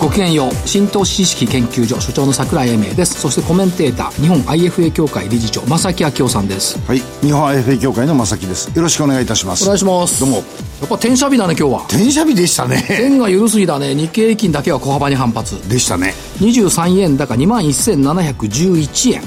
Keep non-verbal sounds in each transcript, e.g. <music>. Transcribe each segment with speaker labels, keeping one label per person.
Speaker 1: ごきげんよう新投資知識研究所所長の桜井英明ですそしてコメンテーター日本 IFA 協会理事長正木昭夫さんです
Speaker 2: はい、日本 IFA 協会の正木です。よろしくお願いいたします。
Speaker 1: お願いします
Speaker 2: どうも。
Speaker 1: やっぱ転写日だね今日は
Speaker 2: 転写日でしたね。
Speaker 1: 円が緩すぎだね日経平均だけは小幅に反発
Speaker 2: でしたね。
Speaker 1: 23円高2万1711円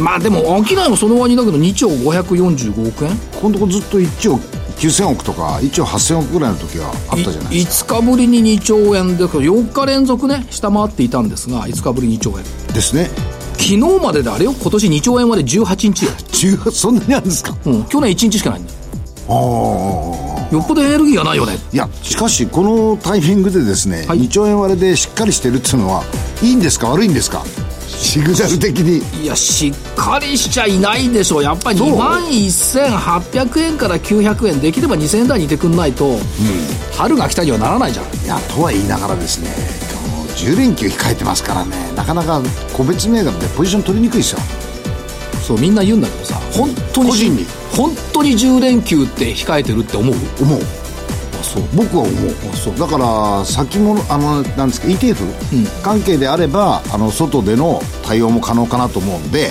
Speaker 1: まあでも商いもその割にだけど2兆545億円
Speaker 2: このとこずっと1兆9000億とか1兆8000億ぐらいの時はあったじゃない
Speaker 1: い
Speaker 2: です
Speaker 1: 5日ぶりに2兆円で4日連続ね下回っていたんですが5日ぶり2兆円
Speaker 2: か。ですね。
Speaker 1: 昨日までであれよ今年2兆円まで18日よ、
Speaker 2: 10そんなにあるんですか。
Speaker 1: うん、去年1日しかないんだよ
Speaker 2: ああ。
Speaker 1: よっぽどエネルギーがないよね
Speaker 2: いや、しかしこのタイミングでですね、
Speaker 1: はい
Speaker 2: 2兆円割れでしっかりしてるっていうのはいいんですか悪いんですか。シグナル的に。
Speaker 1: いやしっかりしちゃいないでしょやっぱり
Speaker 2: そう
Speaker 1: 2万1800円から900円できれば2000円台にいてくんないと、春が来たにはならないじゃん
Speaker 2: いや、とは言いながらですね、今日10連休控えてますからね、なかなか個別銘柄でポジション取りにくいですよ。
Speaker 1: そうみんな言うんだけどさ本当に
Speaker 2: 個人に
Speaker 1: 本当に10連休って控えてるって思う
Speaker 2: 思う。
Speaker 1: あそう
Speaker 2: 僕は思う
Speaker 1: あそう
Speaker 2: だから先もあのなんですか ETF、関係であればあの外での対応も可能かなと思うんで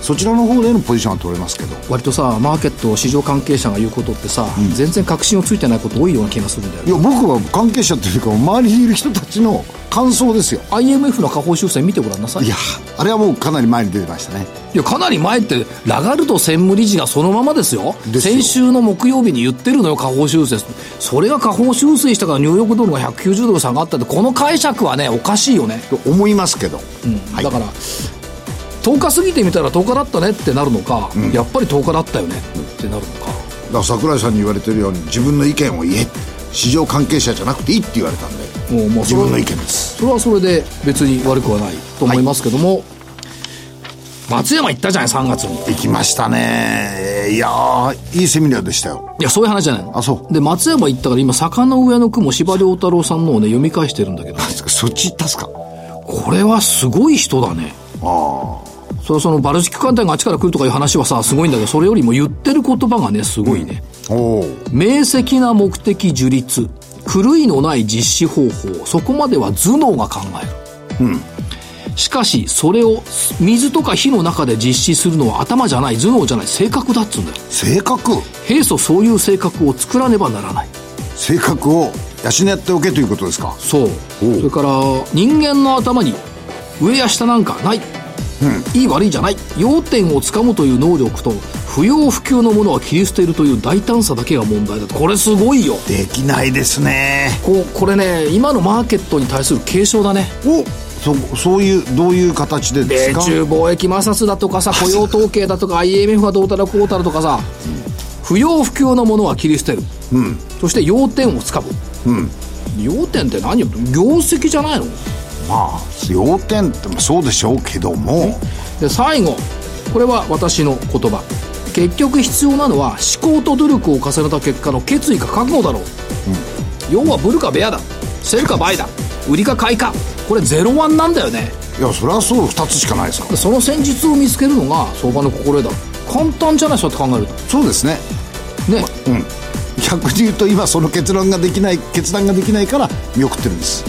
Speaker 2: そちらの方でのポジションは取れますけど
Speaker 1: 割とさマーケット市場関係者が言うことってさ、全然確信をついてないこと多いような気がするんだよ
Speaker 2: い
Speaker 1: ね
Speaker 2: や僕は関係者というか周りにいる人たちの感想ですよ
Speaker 1: IMF の下方修正見てごらんなさい
Speaker 2: いやあれはもうかなり前に出てましたね
Speaker 1: いやかなり前ってラガルド専務理事がそのままですよ
Speaker 2: ですよ
Speaker 1: 先週の木曜日に言ってるのよ下方修正それが下方修正したからニューヨークドルが190ドル下がったってこの解釈はねおかしいよね、
Speaker 2: と思いますけど、はい
Speaker 1: だから10日過ぎてみたら10日だったねってなるのか、やっぱり10日だったよねってなるのか
Speaker 2: だから桜井さんに言われてるように自分の意見を言え市場関係者じゃなくていいって言われたんで
Speaker 1: もうもうそ
Speaker 2: 自
Speaker 1: れは
Speaker 2: 分の意見です
Speaker 1: それはそれで別に悪くはないと思いますけども、松山行ったじゃない3月に
Speaker 2: できましたねいやーいいセミナーでしたよ
Speaker 1: いやそういう話じゃないの
Speaker 2: あそう
Speaker 1: で松山行ったから今坂の上の雲司馬遼太郎さんのをね読み返してるんだけどね
Speaker 2: そっち行ったっすか
Speaker 1: これはすごい人だねそれはそのバルチック艦隊があっちから来るとかいう話はさすごいんだけどそれよりも言ってる言葉がねすごいね、
Speaker 2: おお
Speaker 1: 明晰な目的樹立狂いのない実施方法そこまでは頭脳が考える、しかしそれを水とか火の中で実施するのは頭じゃない頭脳じゃない性格だっつうんだよ
Speaker 2: 性格
Speaker 1: 平素そういう性格を作らねばならない
Speaker 2: 性格を養っておけということですか
Speaker 1: そうそ
Speaker 2: おう
Speaker 1: れから人間の頭に上や下なんかない、いい悪いじゃない要点をつかむという能力と不要不急のものは切り捨てるという大胆さだけが問題だとこれすごいよ
Speaker 2: できないですね
Speaker 1: こうこれね今のマーケットに対する警鐘だね
Speaker 2: おそそういうどういう形でです
Speaker 1: 米
Speaker 2: か
Speaker 1: 中貿易摩擦だとかさ雇用統計だとか IMF がどうたらこうたらとかさ不要不急のものは切り捨てる、そして要点をつかむ、要点って何よ業績じゃないの
Speaker 2: まあ要点ってもそうでしょうけども
Speaker 1: で最後これは私の言葉結局必要なのは思考と努力を重ねた結果の決意か覚悟だろう、要はブルかベアだセルかバイだ売りか買いかこれゼロワンなんだよね
Speaker 2: いやそれはそう2つしかないですから
Speaker 1: その戦術を見つけるのが相場の心得だ簡単じゃないそうやって考える
Speaker 2: そうですね
Speaker 1: とね
Speaker 2: うん逆に言うと今その結論ができない決断ができないから見送ってるんです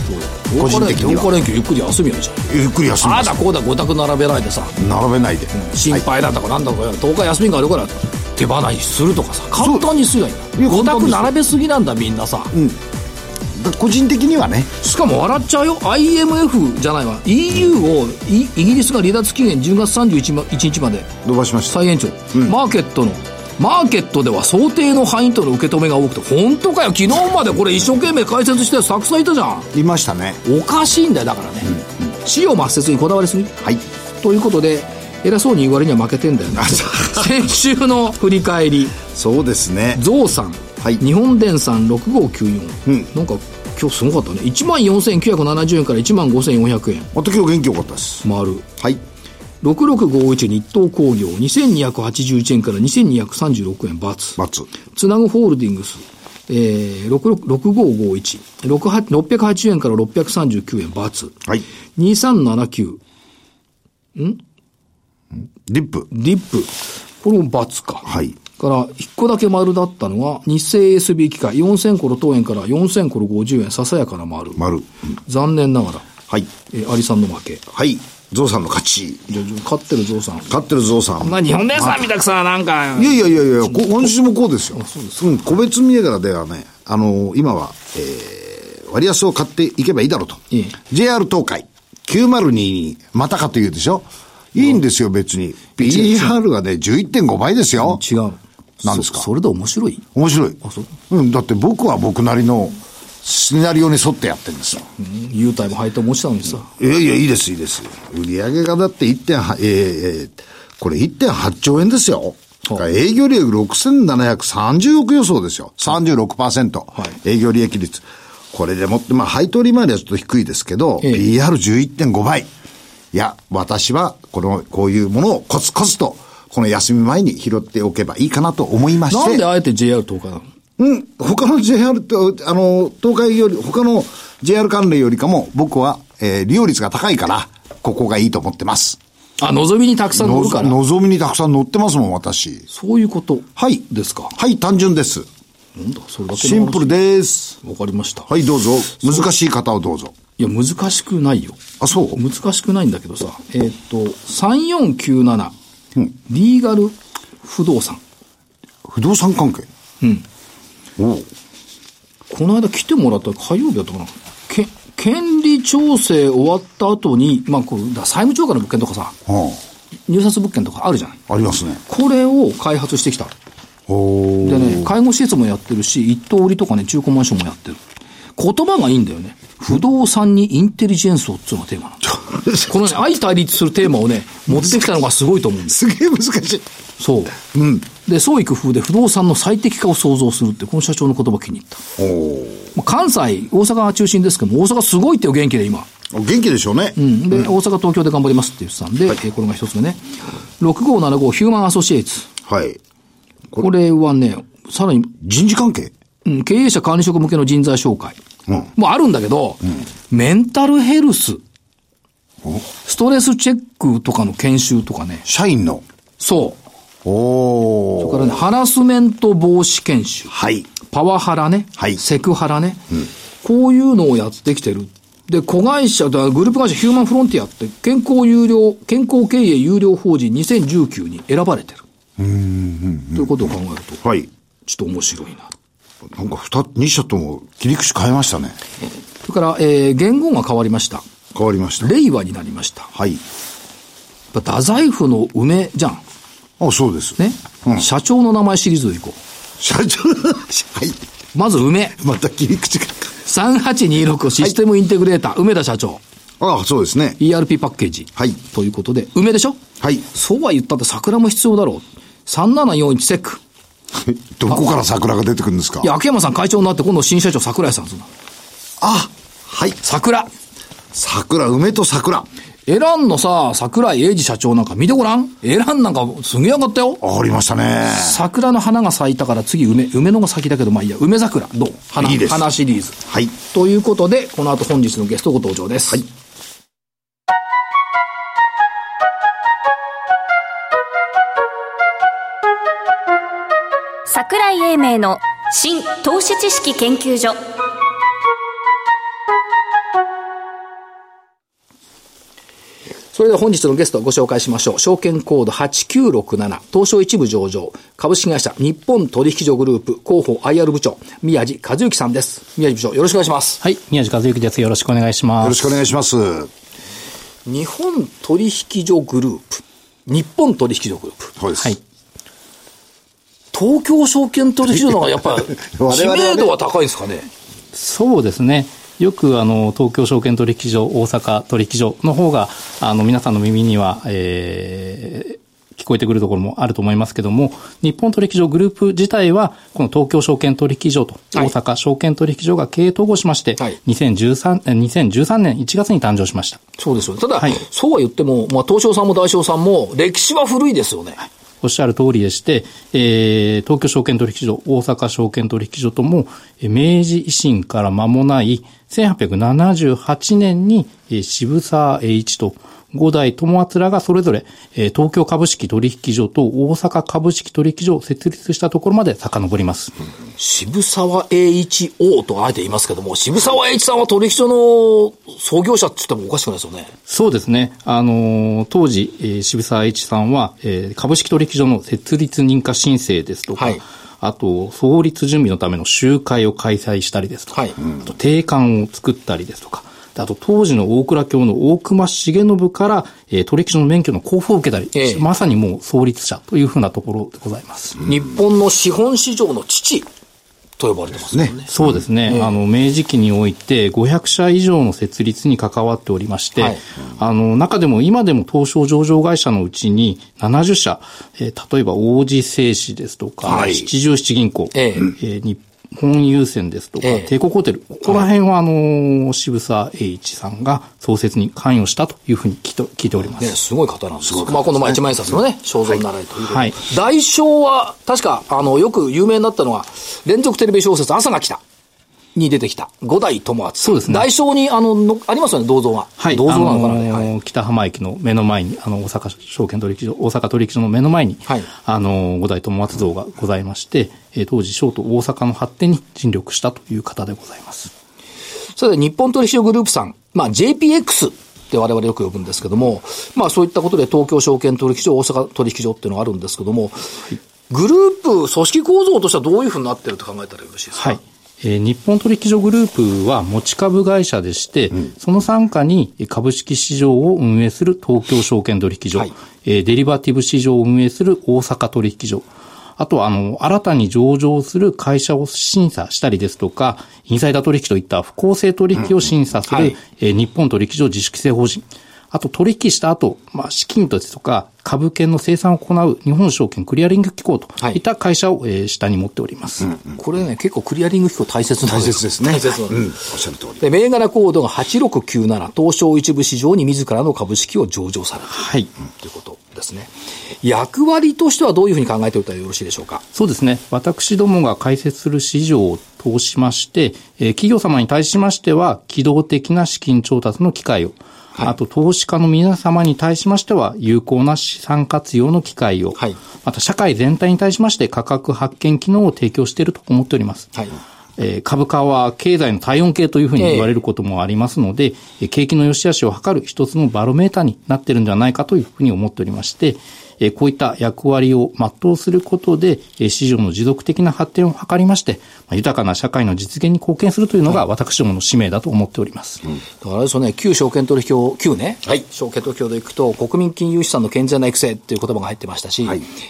Speaker 2: 個人的に
Speaker 1: 4日
Speaker 2: は
Speaker 1: 連休ゆっくり休みよりじゃん
Speaker 2: ゆっくり休み
Speaker 1: ああ
Speaker 2: ます
Speaker 1: だこうだごたく並べないでさ
Speaker 2: 並べないで、
Speaker 1: 心配だとかなんだとか10日休みがあるから手放しするとかさ簡単にすりゃいいんだ
Speaker 2: いや
Speaker 1: ご
Speaker 2: 簡
Speaker 1: た
Speaker 2: 単で
Speaker 1: く
Speaker 2: すよ
Speaker 1: 並べすぎなんだみんなさ、
Speaker 2: だ個人的にはね
Speaker 1: しかも笑っちゃうよ IMF じゃないわ EU をイイギリスが離脱期限10月31日まで
Speaker 2: 伸ばしました
Speaker 1: 再延長、マーケットのマーケットでは想定の範囲との受け止めが多くて本当かよ昨日までこれ一生懸命解説してたくさんいたじゃん
Speaker 2: いましたね
Speaker 1: おかしいんだよだからね死を抹殺にこだわりすぎ
Speaker 2: はい
Speaker 1: ということで偉そうに言われには負けてんだよね先週の振り返り
Speaker 2: そうですね
Speaker 1: ゾウさん、
Speaker 2: はい
Speaker 1: 日本電産6594、
Speaker 2: うん
Speaker 1: なんか今日すごかったね1万4970円から1万5400円
Speaker 2: また今日元気よかったです
Speaker 1: 丸
Speaker 2: はい
Speaker 1: 6651日東工業2281円から2236円×
Speaker 2: バツ
Speaker 1: つなぐホールディングス、えー、66 6551 68 680円から639円×
Speaker 2: はい
Speaker 1: 2379
Speaker 2: リップ
Speaker 1: ディップこれも×か
Speaker 2: はい
Speaker 1: から、一個だけ丸だったのは、日清 SB 機械、4000コロ当円から4000コロ50円、ささやかな丸。
Speaker 2: 丸
Speaker 1: 残念ながら、
Speaker 2: はい
Speaker 1: えー、アリさんの負け。
Speaker 2: はいゾウさんの勝ち
Speaker 1: じゃあ勝ってるゾウさん。
Speaker 2: 勝ってるゾウさん
Speaker 1: まあ、日本のやつは見たくさ、なんか
Speaker 2: い、やいやいやいや、こ今週もこうですよ。うん、個別銘柄ではね、あのー今は、えー割安を買っていけばいいだろうと。
Speaker 1: ええ
Speaker 2: JR 東海、9022、またかというでしょいいんですよ、別に。PR はね、11.5倍ですよ。
Speaker 1: 違う。
Speaker 2: なんですか
Speaker 1: そそれで面白い
Speaker 2: 面白い。
Speaker 1: あそう
Speaker 2: うん、だって僕は僕なりの、シナリオに沿ってやってるんですよ。
Speaker 1: 優待も配当も落ちたのにさ。
Speaker 2: いやいや、いいです、いいです。売上がだって1.8、えーえーこれ1.8兆円ですよ。
Speaker 1: はあ
Speaker 2: 営業利益6730億予想ですよ。36%。
Speaker 1: はい
Speaker 2: 営業利益率。これでもって、まあ、配当利回りはちょっと低いですけど、
Speaker 1: ええ
Speaker 2: PR11.5 倍。いや、私は、この、こういうものをコツコツと、この休み前に拾っておけばいいかなと思いまして。
Speaker 1: なんであえて JR 東海なの
Speaker 2: うん、他の JR と、あの、東海より、他の JR 関連よりかも、僕は、えー利用率が高いから、ここがいいと思ってます。
Speaker 1: あ、望みにたくさん乗るから。
Speaker 2: のぞみにたくさん乗ってますもん、私。
Speaker 1: そういうこと。
Speaker 2: はい。
Speaker 1: ですか。
Speaker 2: はい、単純です。
Speaker 1: なんだ、それだけ
Speaker 2: シンプル
Speaker 1: で。
Speaker 2: です。
Speaker 1: わかりました。。
Speaker 2: はいい、どうぞ。難しい方をどうぞ。
Speaker 1: いや、難しくないよ。
Speaker 2: あ、そう
Speaker 1: 難しくないんだけどさ、えーっと、3497、リーガル不動産。
Speaker 2: 不動産関係うん。おう
Speaker 1: この間来てもらった火曜日だったかな。け権利調整終わった後に、まあこう、だ債務超過の物件とかさ、
Speaker 2: は
Speaker 1: 入札物件とかあるじゃない。
Speaker 2: あ、ありますね。
Speaker 1: これを開発してきた。
Speaker 2: お
Speaker 1: でね、介護施設もやってるし、一棟売りとかね、中古マンションもやってる。言葉がいいんだよね。不動産にインテリジェンスをっていうのがテーマなんだ。このね、相対立するテーマをね、持ってきたのがすごいと思うんです。
Speaker 2: すげえ難しい。
Speaker 1: そう。
Speaker 2: うん。
Speaker 1: で、創意工夫で不動産の最適化を創造するって、この社長の言葉気に入った。
Speaker 2: おお。
Speaker 1: まあ関西、大阪が中心ですけども、大阪すごいってよ、元気で今。
Speaker 2: 元気でしょうね。
Speaker 1: うん。で、大阪、東京で頑張りますって言ってたんで、えーこれが一つ目ね。6575ヒューマンアソシエイツ。
Speaker 2: はい。
Speaker 1: これはね、さらに、
Speaker 2: 人事関係
Speaker 1: うん、経営者管理職向けの人材紹介。
Speaker 2: うん
Speaker 1: もうあるんだけど、メンタルヘルス、
Speaker 2: お
Speaker 1: ストレスチェックとかの研修とかね。
Speaker 2: 社員の。
Speaker 1: そう。
Speaker 2: おお。
Speaker 1: これね、ハラスメント防止研修。
Speaker 2: はい。
Speaker 1: パワハラね、
Speaker 2: はい
Speaker 1: セクハラね、こういうのをやってきてる。で、子会社、だグループ会社ヒューマンフロンティアって健康有料、健康経営有料法人2019に選ばれてる。ということを考えると、
Speaker 2: はい。
Speaker 1: ちょっと面白いな。
Speaker 2: なんか二、二社とも切り口変えましたね。
Speaker 1: それから、えー言語が変わりました。
Speaker 2: 変わりました。
Speaker 1: 令和になりました。
Speaker 2: はい。
Speaker 1: やっぱ太宰府の梅じゃん。
Speaker 2: あ、そうです。
Speaker 1: ね、
Speaker 2: うん
Speaker 1: 社長の名前シリーズでいこ
Speaker 2: 社長、はい。
Speaker 1: う。まず梅。
Speaker 2: また切り口が。
Speaker 1: 3826システムインテグレーター、梅田社長。
Speaker 2: あ、そうですね。
Speaker 1: ERP パッケージ。
Speaker 2: はい
Speaker 1: ということで、梅でしょ
Speaker 2: はい。
Speaker 1: そうは言ったって桜も必要だろう。3741セック。
Speaker 2: どこから桜が出てくるんですか
Speaker 1: いや、秋山さん会長になって今度新社長桜井さんするな。
Speaker 2: あ、はい。
Speaker 1: 桜
Speaker 2: 桜、梅と桜。
Speaker 1: エランのさ、桜井英二社長なんか見てごらん。エランなんかすげえ上がったよ。
Speaker 2: ありましたね。
Speaker 1: 桜の花が咲いたから次梅。梅のが先だけど、まあいいや。梅桜。どう花
Speaker 2: いいです
Speaker 1: 花シリーズ。
Speaker 2: はい。
Speaker 1: ということで、この後本日のゲストご登場です。はい。
Speaker 3: 桜井英明の新投資知識研究所
Speaker 1: それでは本日のゲストをご紹介しましょう。証券コード8967、東証一部上場、株式会社日本取引所グループ広報 IR 部長、宮地和幸さんです。宮地部長、よろしくお願いします。
Speaker 4: はい、宮地和之です。よろしくお願いします。
Speaker 2: よろしくお願いします。は
Speaker 1: 日本取引所グループ、日本取引所グループ、
Speaker 2: いです。
Speaker 4: はい。
Speaker 1: 東京証券取引所の方がやっ
Speaker 2: <laughs>
Speaker 1: ぱ
Speaker 2: 々はね
Speaker 1: 知名度は高いんですかね。
Speaker 4: そうですね。よくあの東京証券取引所、大阪取引所の方があの皆さんの耳には、えー聞こえてくるところもあると思いますけども、日本取引所グループ自体は、この東京証券取引所と
Speaker 1: はい
Speaker 4: 大阪証券取引所が経営統合しまして、
Speaker 1: はい
Speaker 4: 2013え2013年1月に誕生しました。
Speaker 1: そうですよね。ただ、
Speaker 4: はい
Speaker 1: そうは言っても、まあ、東証さんも大証さんも、歴史は古いですよね。
Speaker 4: おっしゃる通りでして、えー東京証券取引所、大阪証券取引所とも、えー明治維新から間もない1878年に、えー渋沢栄一と五代友厚らがそれぞれ、えー東京株式取引所と大阪株式取引所を設立したところまで遡ります。
Speaker 1: 渋沢栄一王とあえて言いますけども、渋沢栄一さんは取引所の創業者って言ってもおかしくないですよね。
Speaker 4: そうですね。あのー当時、えー渋沢栄一さんは、えー株式取引所の設立認可申請ですとか、
Speaker 1: はい
Speaker 4: あと、創立準備のための集会を開催したりですとか、
Speaker 1: はいうん
Speaker 4: あと、定款を作ったりですとか、あと、当時の大蔵卿の大隈重信から、えー取引所の免許の交付を受けたり、
Speaker 1: ええ
Speaker 4: まさにもう創立者というふうなところでございます。
Speaker 1: 日本の資本市場の父と呼ばれてますよね。
Speaker 2: ね
Speaker 4: そうですね、あの明治期において500社以上の設立に関わっておりまして、
Speaker 1: はい
Speaker 4: あの中でも今でも東証上場会社のうちに70社、えー例えば王子製紙ですとか、
Speaker 1: はい
Speaker 4: 七十七銀行、
Speaker 1: ええ
Speaker 4: ー日本郵船ですとか、
Speaker 1: ええ
Speaker 4: 帝国ホテル、ここら辺はあのー渋沢栄一さんが創設に関与したというふうに聞いて聞いておりま
Speaker 1: ね、
Speaker 4: す。
Speaker 1: すごい方なんですよまあ、この前一万円札のね、肖像になられということで、
Speaker 4: はい
Speaker 1: 大賞は、確か、あの、よく有名になったのは、連続テレビ小説、朝が来た。に出てきた。五代友厚。
Speaker 4: そうですね
Speaker 1: 大賞に、あの、のありますよね、銅像が。
Speaker 4: はい、
Speaker 1: 銅像なのかな、
Speaker 4: あのー
Speaker 1: はい
Speaker 4: 北浜駅の目の前に、あの、大阪証券取引所、大阪取引所の目の前に、
Speaker 1: はい
Speaker 4: あのー、五代友松像がございまして、えー当時、小都大阪の発展に尽力したという方でございます。
Speaker 1: それで日本取引所グループさん、まあ JPX って我々よく呼ぶんですけども、まあそういったことで東京証券取引所、大阪取引所っていうのがあるんですけども、グループ、組織構造としてはどういうふうになってると考えたらよろしいですか
Speaker 4: はい。えー日本取引所グループは持ち株会社でして、その傘下にえー株式市場を運営する東京証券取引所、
Speaker 1: はい
Speaker 4: えーデリバティブ市場を運営する大阪取引所、あとはあの、新たに上場する会社を審査したりですとか、インサイダー取引といった不公正取引を審査する、
Speaker 1: うんはい
Speaker 4: えー日本取引所自主規制法人、あと取引した後、まあ、資金ですとか、株券の生産を行う日本証券クリアリング機構といった会社を、えー下に持っております。
Speaker 1: これね、結構クリアリング機構大切なん
Speaker 2: 大
Speaker 1: です
Speaker 2: 切ですね
Speaker 1: 大切なんです
Speaker 2: うん、おっしゃる通り
Speaker 1: で銘柄コードが8697、東証一部市場に自らの株式を上場されている
Speaker 4: はい。
Speaker 1: ということですね。役割としてはどういうふうに考えておいたらよろしいでしょうか。
Speaker 4: そうですね。私どもが開設する市場を通しまして、えー企業様に対しましては、機動的な資金調達の機会を、あと投資家の皆様に対しましては、有効な資産活用の機会を、
Speaker 1: はい
Speaker 4: また社会全体に対しまして価格発見機能を提供していると思っております。
Speaker 1: はい
Speaker 4: えー株価は経済の体温計というふうに
Speaker 1: ええ
Speaker 4: 言われることもありますので、えー景気の良し悪しを測る一つのバロメーターになってるんではないかというふうに思っておりまして、えーこういった役割を全うすることで、えー市場の持続的な発展を図りまして、まあ豊かな社会の実現に貢献するというのが私どもの使命だと思っております。
Speaker 1: だからあれですよね、旧証券取引法、旧ね、証券取引法でいくと、国民金融資産の健全な育成っていう言葉が入ってましたし、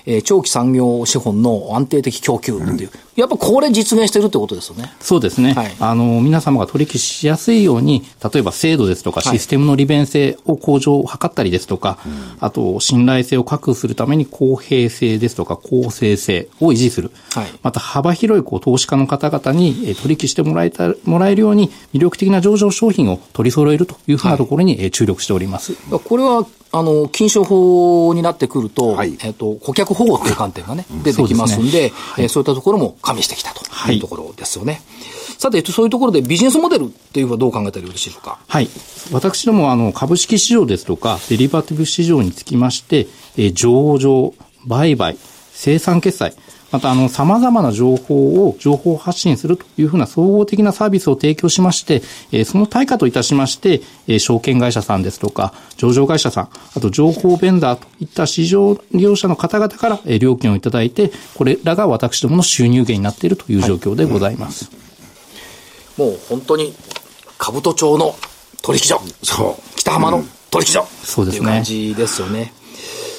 Speaker 1: えー長期産業資本の安定的供給っていう、やっぱこれ実現してるってことですよね。
Speaker 4: そうですね、
Speaker 1: はい
Speaker 4: あの皆様が取引しやすいように、例えば制度ですとか、
Speaker 1: はい
Speaker 4: システムの利便性を向上を図ったりですとか、あと信頼性を確保するために公平性ですとか、公正性を維持する、
Speaker 1: はい
Speaker 4: また幅広いこう投資家の方々にえー取引してもらえたもらえるように、魅力的な上場商品を取り揃えるというふうなところにえー注力しております。
Speaker 1: だからこれは、あの、金賞法になってくると、
Speaker 2: はい
Speaker 1: えっと、顧客保護っていう観点がね、出てきますんで、
Speaker 4: そうですね
Speaker 1: えーそういったところも加味してきたと
Speaker 4: はい
Speaker 1: いうところですよね。さて、そういうところでビジネスモデルっていうのはどう考えたらよろしいでしょうか。
Speaker 4: はい。私どもは、あの、株式市場ですとか、デリバティブ市場につきまして、えー上場、売買、生産決済、また、あの、様々な情報を、情報発信するというふうな総合的なサービスを提供しまして、えーその対価といたしまして、えー証券会社さんですとか、上場会社さん、あと情報ベンダーといった市場業者の方々から、えー料金をいただいて、これらが私どもの収入源になっているという状況でございます。
Speaker 1: もう本当に、兜町の取引所。
Speaker 2: そう
Speaker 1: 北浜の取引所、
Speaker 4: そうで
Speaker 1: って
Speaker 4: すね
Speaker 1: いう感じですよね。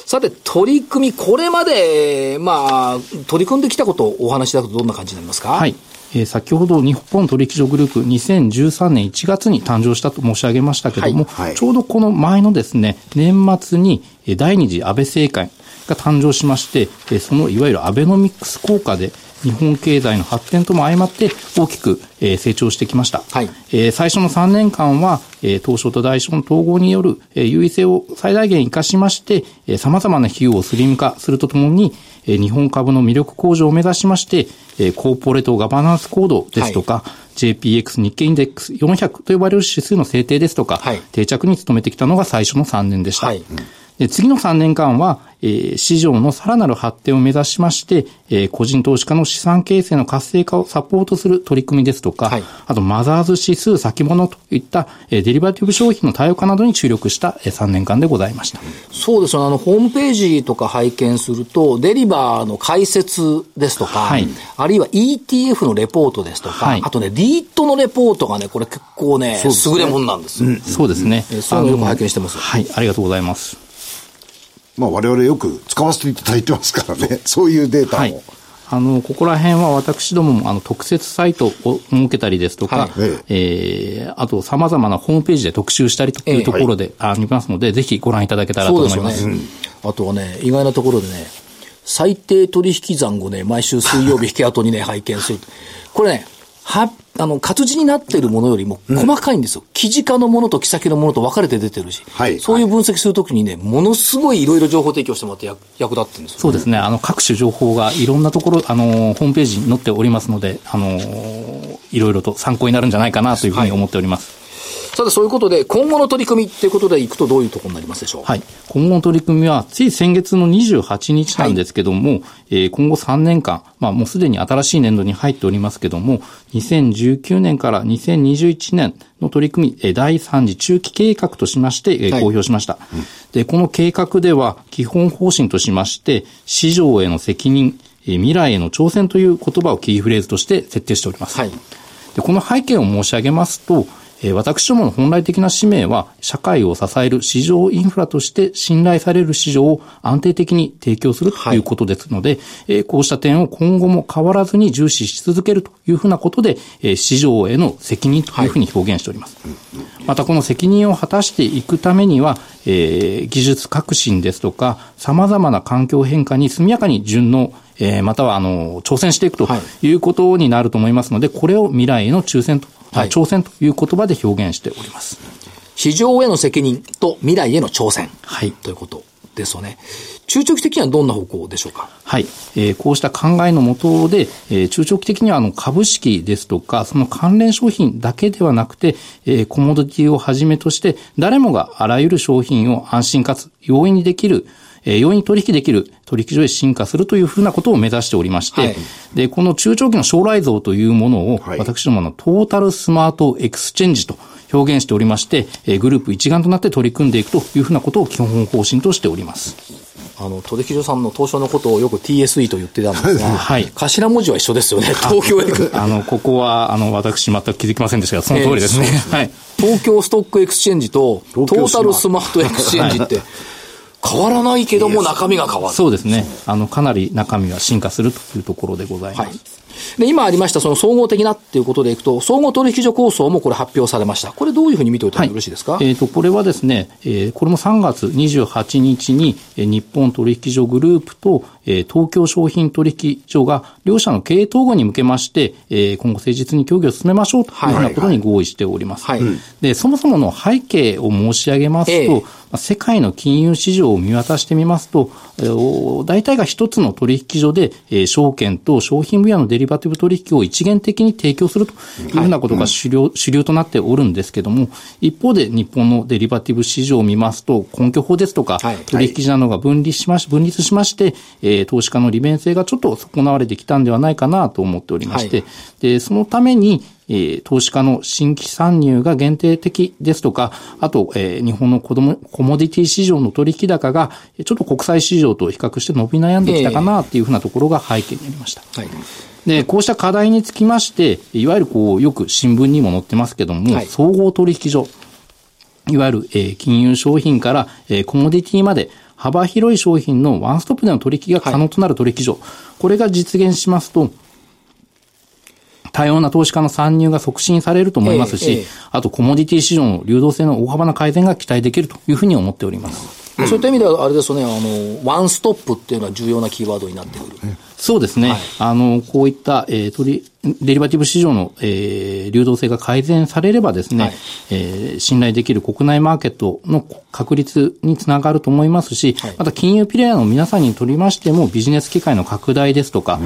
Speaker 1: さて、取り組み、これまで、まあ、取り組んできたことをお話しいただくとどんな感じになりますか
Speaker 4: はい。。えー先ほど日本取引所グループ2013年1月に誕生したと申し上げましたけども、
Speaker 2: はいはい
Speaker 4: ちょうどこの前のですね、年末にえー第二次安倍政権、が誕生しまして、えーそのいわゆるアベノミックス効果で、日本経済の発展とも相まって大きく、えー成長してきました。
Speaker 1: はい
Speaker 4: えー最初の3年間は、えー東証と大証の統合による、えー優位性を最大限活かしまして、えー様々な費用をスリム化するとともに、えー日本株の魅力向上を目指しまして、えーコーポレートガバナンスコードですとか、JPX 日経インデックス400と呼ばれる指数の制定ですとか、
Speaker 1: はい
Speaker 4: 定着に努めてきたのが最初の3年でした。
Speaker 1: はい
Speaker 4: で次の3年間は、えー市場のさらなる発展を目指しまして、えー個人投資家の資産形成の活性化をサポートする取り組みですとか、
Speaker 1: はい
Speaker 4: あとマザーズ指数先物といった、えーデリバティブ商品の多様化などに注力した、え3年間でございました。
Speaker 1: そうですよね。あの、ホームページとか拝見すると、デリバーの解説ですとか、
Speaker 4: はい
Speaker 1: あるいは ETF のレポートですとか、
Speaker 4: はい
Speaker 1: あとね、リートのレポートがね、これ結構ね、
Speaker 2: うですね
Speaker 1: 優れもんなんですよ。
Speaker 4: そうですね。
Speaker 1: えーそういうのよく拝見してます
Speaker 4: あのはい、ありがとうございます。
Speaker 2: まあ我々よく使わせていただいてますからね。そういうデータも。
Speaker 4: はい。あの、ここら辺は私どもも、あの、特設サイトを設けたりですと
Speaker 1: は
Speaker 4: か、
Speaker 1: い
Speaker 4: えーあと、様々なホームページで特集したりと
Speaker 1: え
Speaker 4: い
Speaker 1: え
Speaker 4: うところで、ありますので、ぜひご覧いただけたらと
Speaker 1: そうで
Speaker 4: 思
Speaker 1: す
Speaker 4: い
Speaker 1: よ
Speaker 4: ま
Speaker 1: ね
Speaker 4: す。。
Speaker 1: あとはね、意外なところでね、最低取引残をね、毎週水曜日引け跡にね、拝見する。これね、は、あの、活字になっているものよりも細かいんですよ。記事化のものと記先のものと分かれて出てるし、
Speaker 2: はい
Speaker 1: そういう分析するときにね、ものすごいいろいろ情報提供してもらって役役立ってるんですよ。
Speaker 4: そうですね。あの、各種情報がいろんなところ、あの、ホームページに載っておりますので、あの、いろいろと参考になるんじゃないかなというふうに思っております。
Speaker 1: さて、そういうことで、今後の取り組みっていうことでいくとどういうところになりますでしょう
Speaker 4: はい。今後の取り組みは、つい先月の28日なんですけども、えー今後3年間、まあもうすでに新しい年度に入っておりますけども、2019年から2021年の取り組み、えー第3次中期計画としまして、えー
Speaker 1: はい
Speaker 4: 公表しました、で、この計画では、基本方針としまして、市場への責任、えー未来への挑戦という言葉をキーフレーズとして設定しております。
Speaker 1: はい
Speaker 4: でこの背景を申し上げますと、えー私どもの本来的な使命は、社会を支える市場インフラとして信頼される市場を安定的に提供するということですので、えーこうした点を今後も変わらずに重視し続けるというふうなことで、えー市場への責任というふうに表現しております。またこの責任を果たしていくためには、えー技術革新ですとか、様々な環境変化に速やかに順応、えーまたはあの挑戦していくと
Speaker 1: はい
Speaker 4: いうことになると思いますので、これを未来への抽選と、
Speaker 1: はい
Speaker 4: 挑戦という言葉で表現しております。
Speaker 1: 市場への責任と未来への挑戦。
Speaker 4: はい
Speaker 1: ということですよね。中長期的にはどんな方向でしょうか
Speaker 4: はい。えーこうした考えのもとで、えー中長期的にはあの株式ですとか、その関連商品だけではなくて、えーコモディティをはじめとして、誰もがあらゆる商品を安心かつ容易にできる、えー容易に取引できる取引所へ進化するというふうなことを目指しておりまして、
Speaker 1: はい
Speaker 4: で、この中長期の将来像というものを、
Speaker 2: はい
Speaker 4: 私どものトータルスマートエクスチェンジと表現しておりまして、えーグループ一丸となって取り組んでいくというふうなことを基本方針としております。
Speaker 1: あの、取引所さんの東証のことをよく TSE と言ってたんですが、
Speaker 4: はい
Speaker 1: 頭文字は一緒ですよね。東京エ
Speaker 4: <laughs>
Speaker 1: ク、
Speaker 4: あの、ここは、あの、私全く気づきませんでしたが、その通りですね。
Speaker 1: ええ
Speaker 4: <laughs> はい。
Speaker 1: 東京ストックエクスチェンジと、ト
Speaker 2: 東京
Speaker 1: ー
Speaker 2: スマ
Speaker 1: タルスマートエクスチェンジって、変わらないけども中身が変わる。
Speaker 4: そうですね。あの、かなり中身は進化するというところでございま
Speaker 1: は
Speaker 4: す。
Speaker 1: い。で、今ありました、その総合的なっていうことでいくと、総合取引所構想もこれ発表されました。これどういうふうに見ておいたらよろしいですか、
Speaker 4: えっ、と、これはですね、えーこれも3月28日に、えー日本取引所グループと、えー東京商品取引所が、両社の経営統合に向けまして、えー今後誠実に協議を進めましょうというようなことに合意しております。
Speaker 1: はいはいはい
Speaker 4: で、そもそもの背景を申し上げますと、
Speaker 1: ええ
Speaker 4: まあ世界の金融市場を見渡してみますと、えーお大体が一つの取引所で、えー証券と商品分野のデリバティブ取引を一元的に提供するというふうなことが主流,、主流となっておるんですけども、一方で日本のデリバティブ市場を見ますと、根拠法ですとか、
Speaker 1: はい
Speaker 4: 取引所などが分離しまし、分立しまして、えー投資家の利便性がちょっと損なわれてきたんではないかなと思っておりまして、
Speaker 1: はい
Speaker 4: で、そのために、えー投資家の新規参入が限定的ですとか、あと、えー日本の子どもコモディティ市場の取引高が、ちょっと国際市場と比較して伸び悩んできたかなっていうふうなところが背景にありました。
Speaker 1: はい。
Speaker 4: で、こうした課題につきまして、いわゆるこう、よく新聞にも載ってますけども、
Speaker 1: はい
Speaker 4: 総合取引所、いわゆる、えー金融商品から、えーコモディティまで、幅広い商品のワンストップでの取引が可能となる取引所、これが実現しますと、多様な投資家の参入が促進されると思いますし、
Speaker 1: ええええ
Speaker 4: あとコモディティ市場の流動性の大幅な改善が期待できるというふうに思っております。
Speaker 1: そういった意味では、あれですよね、あの、ワンストップっていうのは重要なキーワードになってくる。
Speaker 4: そうですね。あの、こういった、えー取り、デリバティブ市場の、えー流動性が改善されればですね、
Speaker 1: はい
Speaker 4: えー信頼できる国内マーケットの確立につながると思いますし、
Speaker 1: はい
Speaker 4: また金融ピレイヤーの皆さんにとりましても、ビジネス機会の拡大ですとか、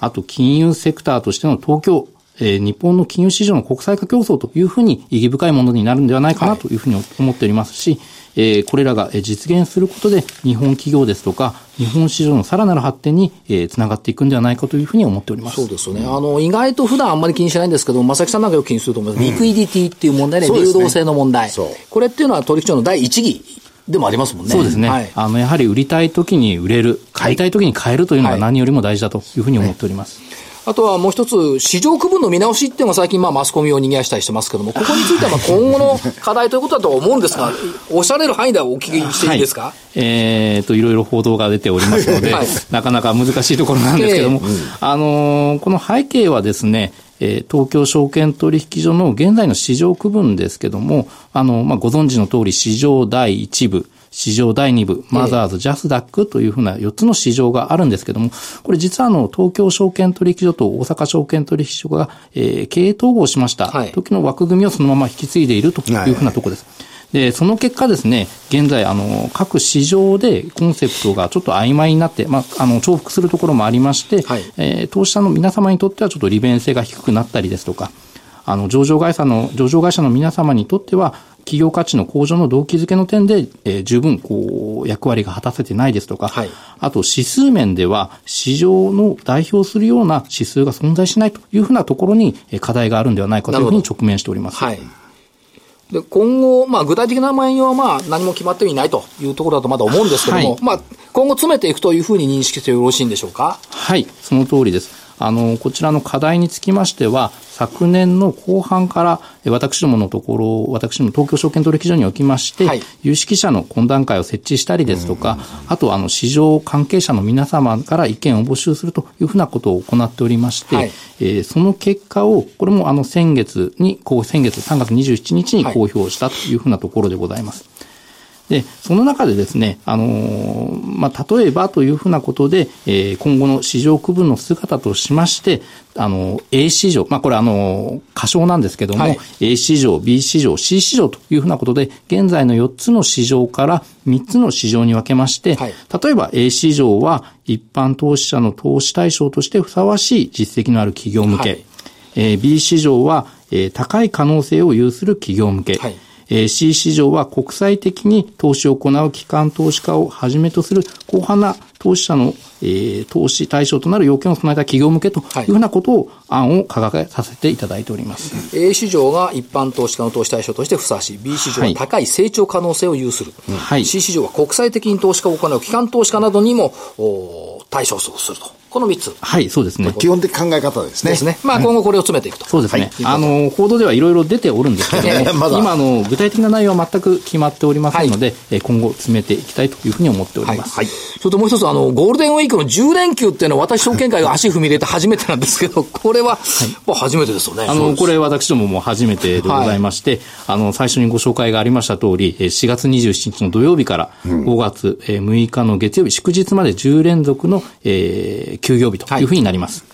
Speaker 4: あと金融セクターとしての東京、えー日本の金融市場の国際化競争というふうに意義深いものになるんではないかなというふうに思っておりますし、えーこれらがえー実現することで日本企業ですとか日本市場のさらなる発展にえーつながっていくんではないかというふうに思っております。
Speaker 1: そうですよね。あの、意外と普段あんまり気にしないんですけど、正木さんなんかよく気にすると思います。リクイディティっていう問題ね、
Speaker 2: そうで
Speaker 1: 流
Speaker 2: すね
Speaker 1: 動性の問題
Speaker 2: そう。
Speaker 1: これっていうのは取引庁の第一義でもありますもんね。
Speaker 4: そうですね。
Speaker 1: はい。
Speaker 4: あの、やはり売りたい時に売れる、買いたい時に買えるというのが何よりも大事だというふうに思っております。
Speaker 1: あとはもう一つ、市場区分の見直しっていうのが最近、まあ、マスコミを賑わしたりしてますけども、ここについてはまあ今後の課題ということだと思うんですが、おっしゃれる範囲ではお聞きしていいですか、
Speaker 4: えーと、いろいろ報道が出ておりますので、
Speaker 1: はい
Speaker 4: なかなか難しいところなんですけども、
Speaker 1: え
Speaker 4: あのーこの背景はですね、えー東京証券取引所の現在の市場区分ですけども、あの、まあ、ご存知の通り、市場第1部、市場第2部、マザーズ、ジャスダックというふうな4つの市場があるんですけども、これ実はあの、東京証券取引所と大阪証券取引所が、えー経営統合しました
Speaker 1: はい
Speaker 4: 時の枠組みをそのまま引き継いでいるというふうなところです。で、その結果ですね、現在、あの、各市場でコンセプトがちょっと曖昧になって、まあ、あの、重複するところもありまして、
Speaker 1: はい
Speaker 4: えー投資者の皆様にとってはちょっと利便性が低くなったりですとか、あの、上場会社の、上場会社の皆様にとっては、企業価値の向上の動機づけの点で、えー十分、こう、役割が果たせてないですとか、
Speaker 1: はい
Speaker 4: あと指数面では、市場の代表するような指数が存在しないというふうなところにえー課題があるんではないかというふうに直面しております。
Speaker 1: はい。で、今後、まあ、具体的な内容は、まあ、何も決まっていないというところだとまだ思うんですけども、
Speaker 4: はい
Speaker 1: まあ、今後詰めていくというふうに認識してよろしいんでしょうか
Speaker 4: はい、その通りです。あの、こちらの課題につきましては、昨年の後半から、え私どものところ、私ども東京証券取引所におきまして、
Speaker 1: はい
Speaker 4: 有識者の懇談会を設置したりですとか、あと、あの、市場関係者の皆様から意見を募集するというふうなことを行っておりまして、
Speaker 1: はい
Speaker 4: えーその結果を、これもあの、先月に、こう、先月3月27日に
Speaker 1: はい
Speaker 4: 公表したというふうなところでございます。で、その中でですね、あのーまあ、例えばというふうなことで、えー今後の市場区分の姿としまして、あのー A 市場、まあ、これあのー過小なんですけども、
Speaker 1: はい
Speaker 4: A 市場、B 市場、C 市場というふうなことで、現在の4つの市場から3つの市場に分けまして、
Speaker 1: はい
Speaker 4: 例えば A 市場は一般投資者の投資対象としてふさわしい実績のある企業向け、
Speaker 1: はい
Speaker 4: えー B 市場は、えー高い可能性を有する企業向け、
Speaker 1: はい
Speaker 4: えー C 市場は国際的に投資を行う機関投資家をはじめとする広範な投資者の、えー投資対象となる要件を備えた企業向けと
Speaker 1: はい
Speaker 4: いうふうなことを、案を掲げさせていただいております。
Speaker 1: A 市場が一般投資家の投資対象としてふさわしい。B 市場は
Speaker 4: は
Speaker 1: い高い成長可能性を有する。
Speaker 4: はい
Speaker 1: C 市場は国際的に投資家を行う機関投資家などにもおー対象すると。この3つ
Speaker 4: はい、そうですね。
Speaker 2: 基本的考え方ですね
Speaker 1: ですね。まあ今後これを詰めていくと。
Speaker 4: そうですね。
Speaker 1: はい
Speaker 4: あの、報道ではいろいろ出ておるんですけれども、
Speaker 2: まだ
Speaker 4: 今あの具体的な内容は全く決まっておりませんので、えー今後詰めていきたいというふうに思っております。
Speaker 1: はい。それともう一つ、あの、ゴールデンウィークの10連休っていうのは、私、証券会が足踏み入れて初めてなんですけど、これは、まあ初めてですよね。
Speaker 4: あの、これ私どもも初めてでございまして、あの、最初にご紹介がありました通り、えー4月27日の土曜日から5月えー6日の月曜日、祝日まで10連続の、えー休業日というふうになります。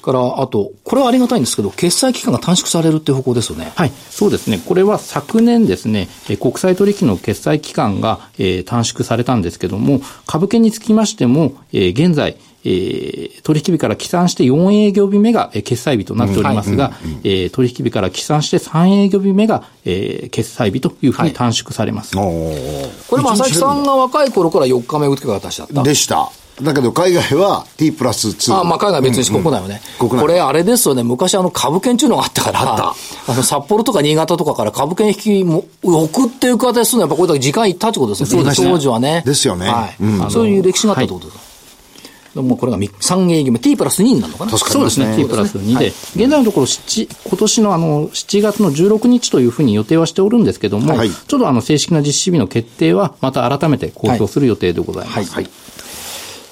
Speaker 1: から、あと、これはありがたいんですけど、決済期間が短縮されるっていう方向ですよね。
Speaker 4: はい、そうですね。これは昨年ですね、えー国際取引の決済期間が、えー短縮されたんですけども、株券につきましても、えー現在、えー取引日から起算して4営業日目が、えー決済日となっておりますが、えー取引日から起算して3営業日目が、えー決済日というふうに短縮されます。
Speaker 2: お
Speaker 1: これも浅木さんが若い頃から4日目打って私だった。
Speaker 2: ーでしただけど海外は T プラス2
Speaker 1: あまあ海外は別にし国内はね、
Speaker 2: うん国内
Speaker 1: これあれですよね、昔あの株券っていうのがあったから、あの札幌とか新潟とかから株券引きも送っていう形するのはやっぱこれだけ時間いったってことですよ
Speaker 4: そうですね
Speaker 1: 当時はね。
Speaker 2: ですよね
Speaker 1: はい
Speaker 2: うん
Speaker 4: あの
Speaker 1: そういう歴史があったってことです。でももうこれが3営業目、T プラス2になるのかな
Speaker 2: 確かに
Speaker 4: そうですね、T プラス2で、現在のところ、7今年のあの7月の16日というふうに予定はしておるんですけども、
Speaker 2: はい
Speaker 4: ちょっとあの正式な実施日の決定は、また改めて公表する予定でございます。
Speaker 1: はい。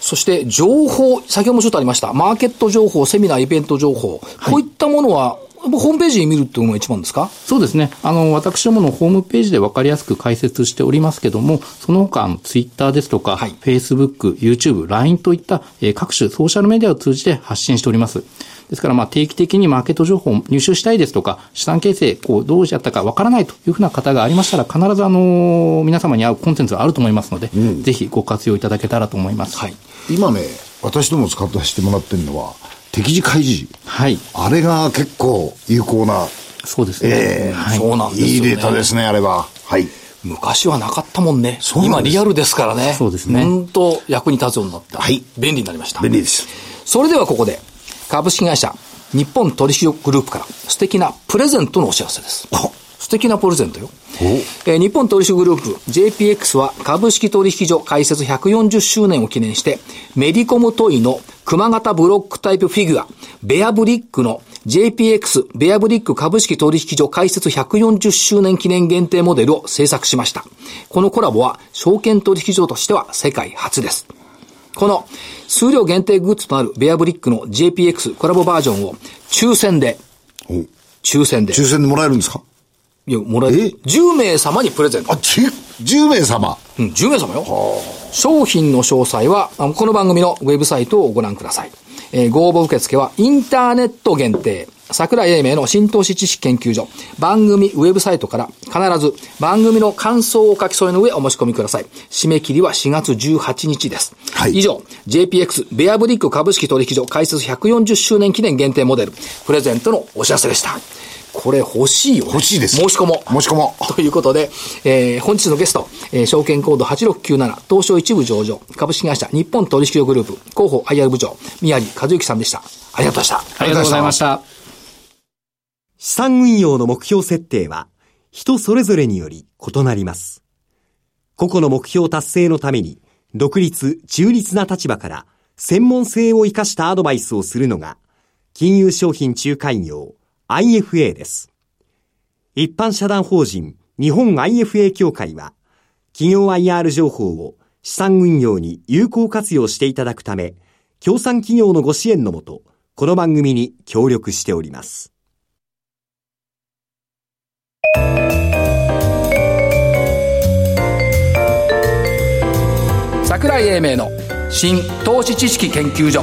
Speaker 1: そして、情報、先ほどもちょっとありました。マーケット情報、セミナー、イベント情報。こういったものは、ホームページ見るっていうのが一番ですか
Speaker 4: そうですね。あの、私どものホームページで分かりやすく解説しておりますけども、その他、あの、ツイッターですとか、
Speaker 1: はい
Speaker 4: Facebook、YouTube、LINE といった、えー各種ソーシャルメディアを通じて発信しております。ですから、まあ、定期的にマーケット情報を入手したいですとか、資産形成、こう、どうやったか分からないというふうな方がありましたら、必ず、あの、皆様に合うコンテンツがあると思いますので、ぜひご活用いただけたらと思います。
Speaker 1: はい。
Speaker 2: 今ね私ども使ってしてもらってるのは適時開示
Speaker 4: はい。
Speaker 2: あれが結構有効な、
Speaker 4: そうですね。
Speaker 2: ええ
Speaker 4: はい
Speaker 1: そうなんですよね
Speaker 2: いいデータですねあれははい
Speaker 1: 昔はなかったもんね。
Speaker 2: そうな
Speaker 1: 今
Speaker 2: んです
Speaker 1: リアルですからね。
Speaker 4: そうですね
Speaker 1: 本当役に立つようになった。
Speaker 2: はい
Speaker 1: 便利になりました。
Speaker 2: 便利です
Speaker 1: それではここで、株式会社、日本取引グループから素敵なプレゼントのお知らせです。素敵なプレゼントよ。えー日本取引グループ JPX は株式取引所開設140周年を記念して、メディコムトイの熊型ブロックタイプフィギュア、ベアブリックの JPX ベアブリック株式取引所開設140周年記念限定モデルを制作しました。このコラボは証券取引所としては世界初です。この数量限定グッズとなるベアブリックの JPX コラボバージョンを抽選で、抽選で、
Speaker 2: 抽選でもらえるんですか
Speaker 1: いや、もらえ
Speaker 2: え
Speaker 1: 10名様にプレゼント
Speaker 2: あ。ち 10, 名様
Speaker 1: うん、10名様よ。商品の詳細は、あのこの番組のウェブサイトをご覧ください。えーご応募受付はインターネット限定。桜井英明の新投資知識研究所。番組ウェブサイトから必ず番組の感想をお書き添えの上お申し込みください。締め切りは4月18日です。
Speaker 2: はい
Speaker 1: 以上、JPX ベアブリック株式取引所開設140周年記念限定モデルプレゼントのお知らせでした。これ欲しいよ、ね。
Speaker 2: 欲しいです
Speaker 1: 申し込もう。
Speaker 2: 申し込もう
Speaker 1: ということで、えー本日のゲスト、えー証券コード8697東証一部上場株式会社日本取引業グループ広報 IR 部長宮城和之さんでした。ありがとうございました。
Speaker 4: ありがとうございました。
Speaker 5: 資産運用の目標設定は人それぞれにより異なります。個々の目標達成のために独立、中立な立場から専門性を生かしたアドバイスをするのが金融商品仲介業 IFA です。一般社団法人日本 IFA 協会は企業 IR 情報を資産運用に有効活用していただくため、協賛企業のご支援のもと、この番組に協力しております。
Speaker 1: 桜井英明の新投資知識研究所。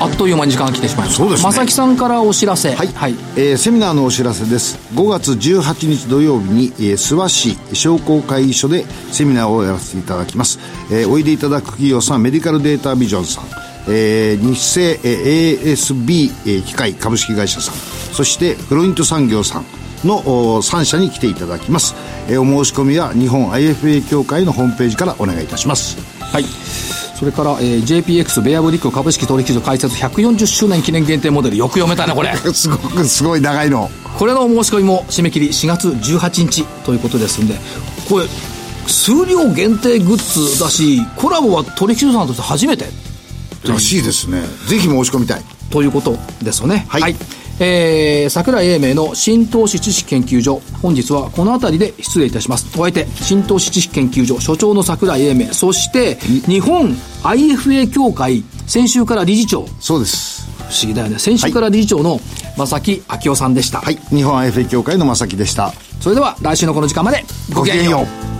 Speaker 1: あっという間に時間が来てしまいました。
Speaker 2: そうですね
Speaker 1: 正木さんからお知らせ。
Speaker 2: はい、
Speaker 1: はい。
Speaker 2: えーセミナーのお知らせです5月18日土曜日に、えー、諏訪市商工会議所でセミナーをやらせていただきます、えーおいでいただく企業さんメディカルデータビジョンさん、えー日清、えー ASB、えー機械株式会社さんそしてフロイント産業さんのお3社に来ていただきます、えーお申し込みは日本 IFA 協会のホームページからお願いいたします
Speaker 1: はい。それから、えー JPX ベアブリック株式取引所開設140周年記念限定モデルよく読めたね、これ。
Speaker 2: すごくすごい長いの
Speaker 1: これのお申し込みも締め切り4月18日ということですんでこれ数量限定グッズだしコラボは取引所さんとして初めて
Speaker 2: らしいですねぜひ申し込みたい
Speaker 1: ということですよね
Speaker 2: はい
Speaker 1: えー、桜井英明の新投資知識研究所本日はこの辺りで失礼いたしますお相手新投資知識研究所所長の桜井英明そして日本 IFA 協会先週から理事長
Speaker 2: そうです
Speaker 1: 不思議だよね先週から理事長の正木昭夫さんでした、
Speaker 2: はい、日本 IFA 協会の正木でした。
Speaker 1: それでは来週のこの時間までごきげんよう
Speaker 2: う。